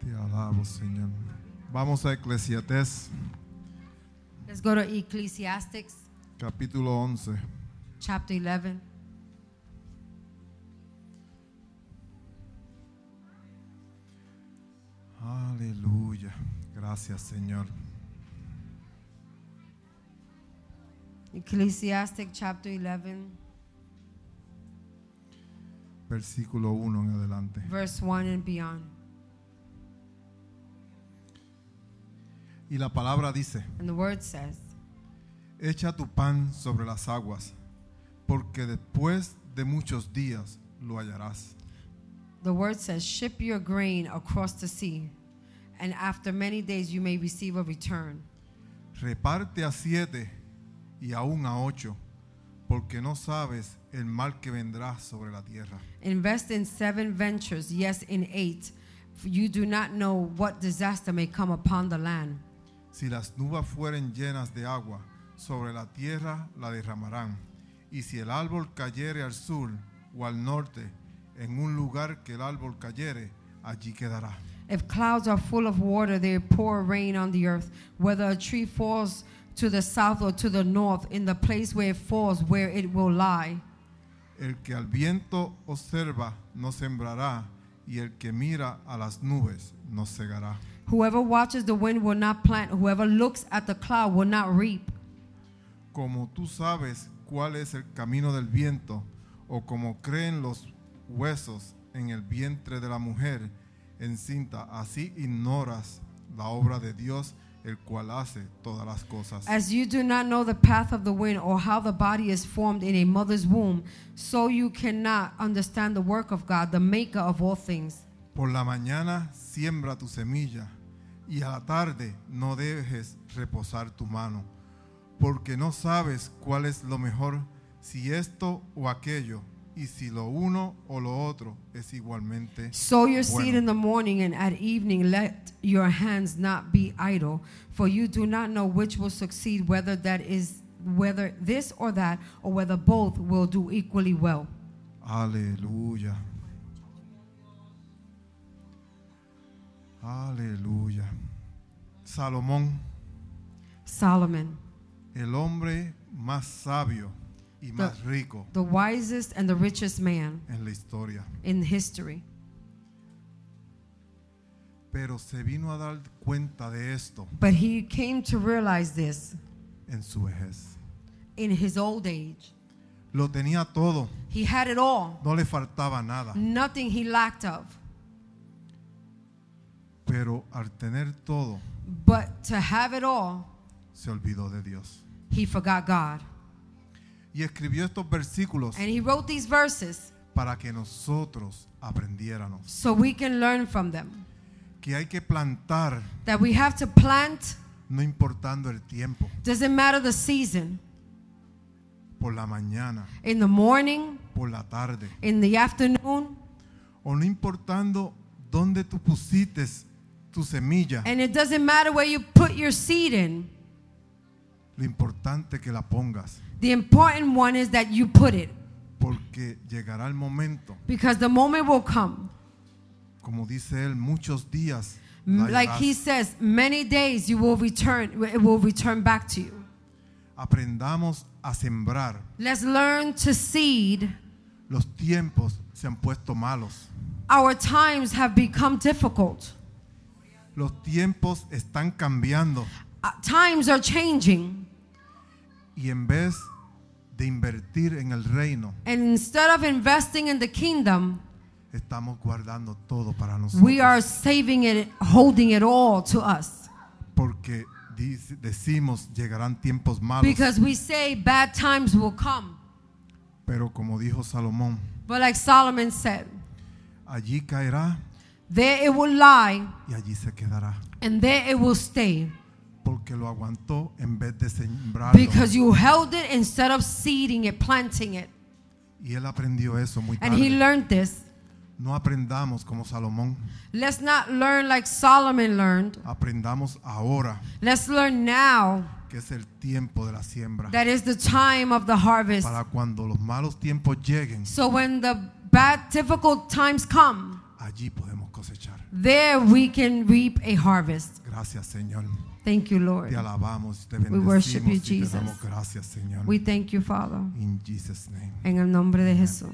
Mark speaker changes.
Speaker 1: Te alabo, Señor. Vamos a Eclesiastés,
Speaker 2: Let's go to Ecclesiastics
Speaker 1: capítulo 11.
Speaker 2: chapter 11.
Speaker 1: Aleluya. Gracias, Señor.
Speaker 2: Ecclesiastic chapter 11,
Speaker 1: Versículo 1 en adelante.
Speaker 2: verse 1 and beyond.
Speaker 1: Y la palabra dice,
Speaker 2: And the word says,
Speaker 1: echa tu pan sobre las aguas, porque después de muchos días lo hallarás.
Speaker 2: The word says, ship your grain across the sea, and after many days you may receive a return.
Speaker 1: Reparte a siete y aún a ocho, porque no sabes el mal que vendrá sobre la tierra.
Speaker 2: Invest in seven ventures, yes, in eight, for you do not know what disaster may come upon the land.
Speaker 1: Si las nubes fueren llenas de agua, sobre la tierra la derramarán. Y si el árbol cayere al sur o al norte, en un lugar que el árbol cayere, allí quedará.
Speaker 2: If clouds are full of water, they pour rain on the earth. Whether a tree falls to the south or to the north, in the place where it falls, where it will lie.
Speaker 1: El que al viento observa no sembrará, y el que mira a las nubes no cegará.
Speaker 2: Whoever watches the wind will not plant, whoever looks at the cloud will not reap.
Speaker 1: Como tú sabes cuál es el camino del viento, o como creen los huesos en el vientre de la mujer encinta, así ignoras la obra de Dios, el cual hace todas las cosas.
Speaker 2: As you do not know the path of the wind or how the body is formed in a mother's womb, so you cannot understand the work of God, the maker of all things.
Speaker 1: Por la mañana siembra tu semilla, y a la tarde no dejes reposar tu mano, porque no sabes cuál es lo mejor, si esto o aquello, y si lo uno o lo otro es igualmente.
Speaker 2: Sow your seed
Speaker 1: bueno.
Speaker 2: in the morning and at evening let your hands not be idle, for you do not know which will succeed, whether that is whether this or that, or whether both will do equally well.
Speaker 1: Aleluya. Aleluya. Salomón,
Speaker 2: Solomon,
Speaker 1: el hombre más sabio y más rico
Speaker 2: the wisest and the richest man
Speaker 1: en la historia,
Speaker 2: in history.
Speaker 1: pero se vino a dar cuenta de esto
Speaker 2: But he came to realize this
Speaker 1: en su vejez.
Speaker 2: in his old age.
Speaker 1: Lo tenía todo,
Speaker 2: He had it all,
Speaker 1: no le faltaba nada,
Speaker 2: nothing he lacked of.
Speaker 1: pero al tener todo
Speaker 2: But to have it all,
Speaker 1: se olvidó de Dios.
Speaker 2: he forgot God.
Speaker 1: Y escribió estos versículos
Speaker 2: And he wrote these verses
Speaker 1: para que nosotros aprendiéramos
Speaker 2: so we can learn from them
Speaker 1: que hay que plantar
Speaker 2: that we have to plant,
Speaker 1: no importando el tiempo,
Speaker 2: doesn't matter the season,
Speaker 1: por la mañana,
Speaker 2: in the morning,
Speaker 1: por la tarde,
Speaker 2: in the afternoon,
Speaker 1: o no importando dónde tú pusiste tu semilla,
Speaker 2: and it doesn't matter where you put your seed in.
Speaker 1: lo importante que la pongas,
Speaker 2: The important one is that you put it
Speaker 1: porque llegará el momento,
Speaker 2: because the moment will come.
Speaker 1: como dice él, muchos días, la
Speaker 2: Mm, Like
Speaker 1: hallarás.
Speaker 2: he says, many days you will return, it will return back to you.
Speaker 1: aprendamos a sembrar.
Speaker 2: Let's learn to seed.
Speaker 1: Los tiempos se han puesto malos,
Speaker 2: Our times have become difficult.
Speaker 1: los tiempos están cambiando
Speaker 2: Uh, times are changing.
Speaker 1: y en vez de invertir en el reino,
Speaker 2: And instead of investing in the kingdom,
Speaker 1: estamos guardando todo para nosotros.
Speaker 2: we are saving it, holding it all to us.
Speaker 1: Porque dice- decimos llegarán tiempos malos,
Speaker 2: Because we say bad times will come.
Speaker 1: pero como dijo Salomón,
Speaker 2: But like Solomon said,
Speaker 1: allí caerá
Speaker 2: there it will lie
Speaker 1: y allí se quedará,
Speaker 2: and there it will stay.
Speaker 1: porque lo aguantó en vez de sembrarlo.
Speaker 2: Because you held it instead of seeding it, planting it.
Speaker 1: y él aprendió eso muy
Speaker 2: And he
Speaker 1: tarde.
Speaker 2: learned this.
Speaker 1: No aprendamos como Salomón,
Speaker 2: Let's not learn like Solomon learned.
Speaker 1: aprendamos ahora,
Speaker 2: Let's learn now.
Speaker 1: que es el tiempo de la siembra.
Speaker 2: That is the time of the harvest.
Speaker 1: Para cuando los malos tiempos lleguen,
Speaker 2: So when the bad, difficult times come,
Speaker 1: allí podemos cosechar.
Speaker 2: There we can reap a harvest.
Speaker 1: Gracias, Señor.
Speaker 2: Thank you,
Speaker 1: Te
Speaker 2: Lord.
Speaker 1: alabamos, te
Speaker 2: worship you,
Speaker 1: bendecimos y te
Speaker 2: Jesus.
Speaker 1: damos gracias, Señor.
Speaker 2: We thank you, Father.
Speaker 1: In Jesus' name.
Speaker 2: En el nombre de Jesús.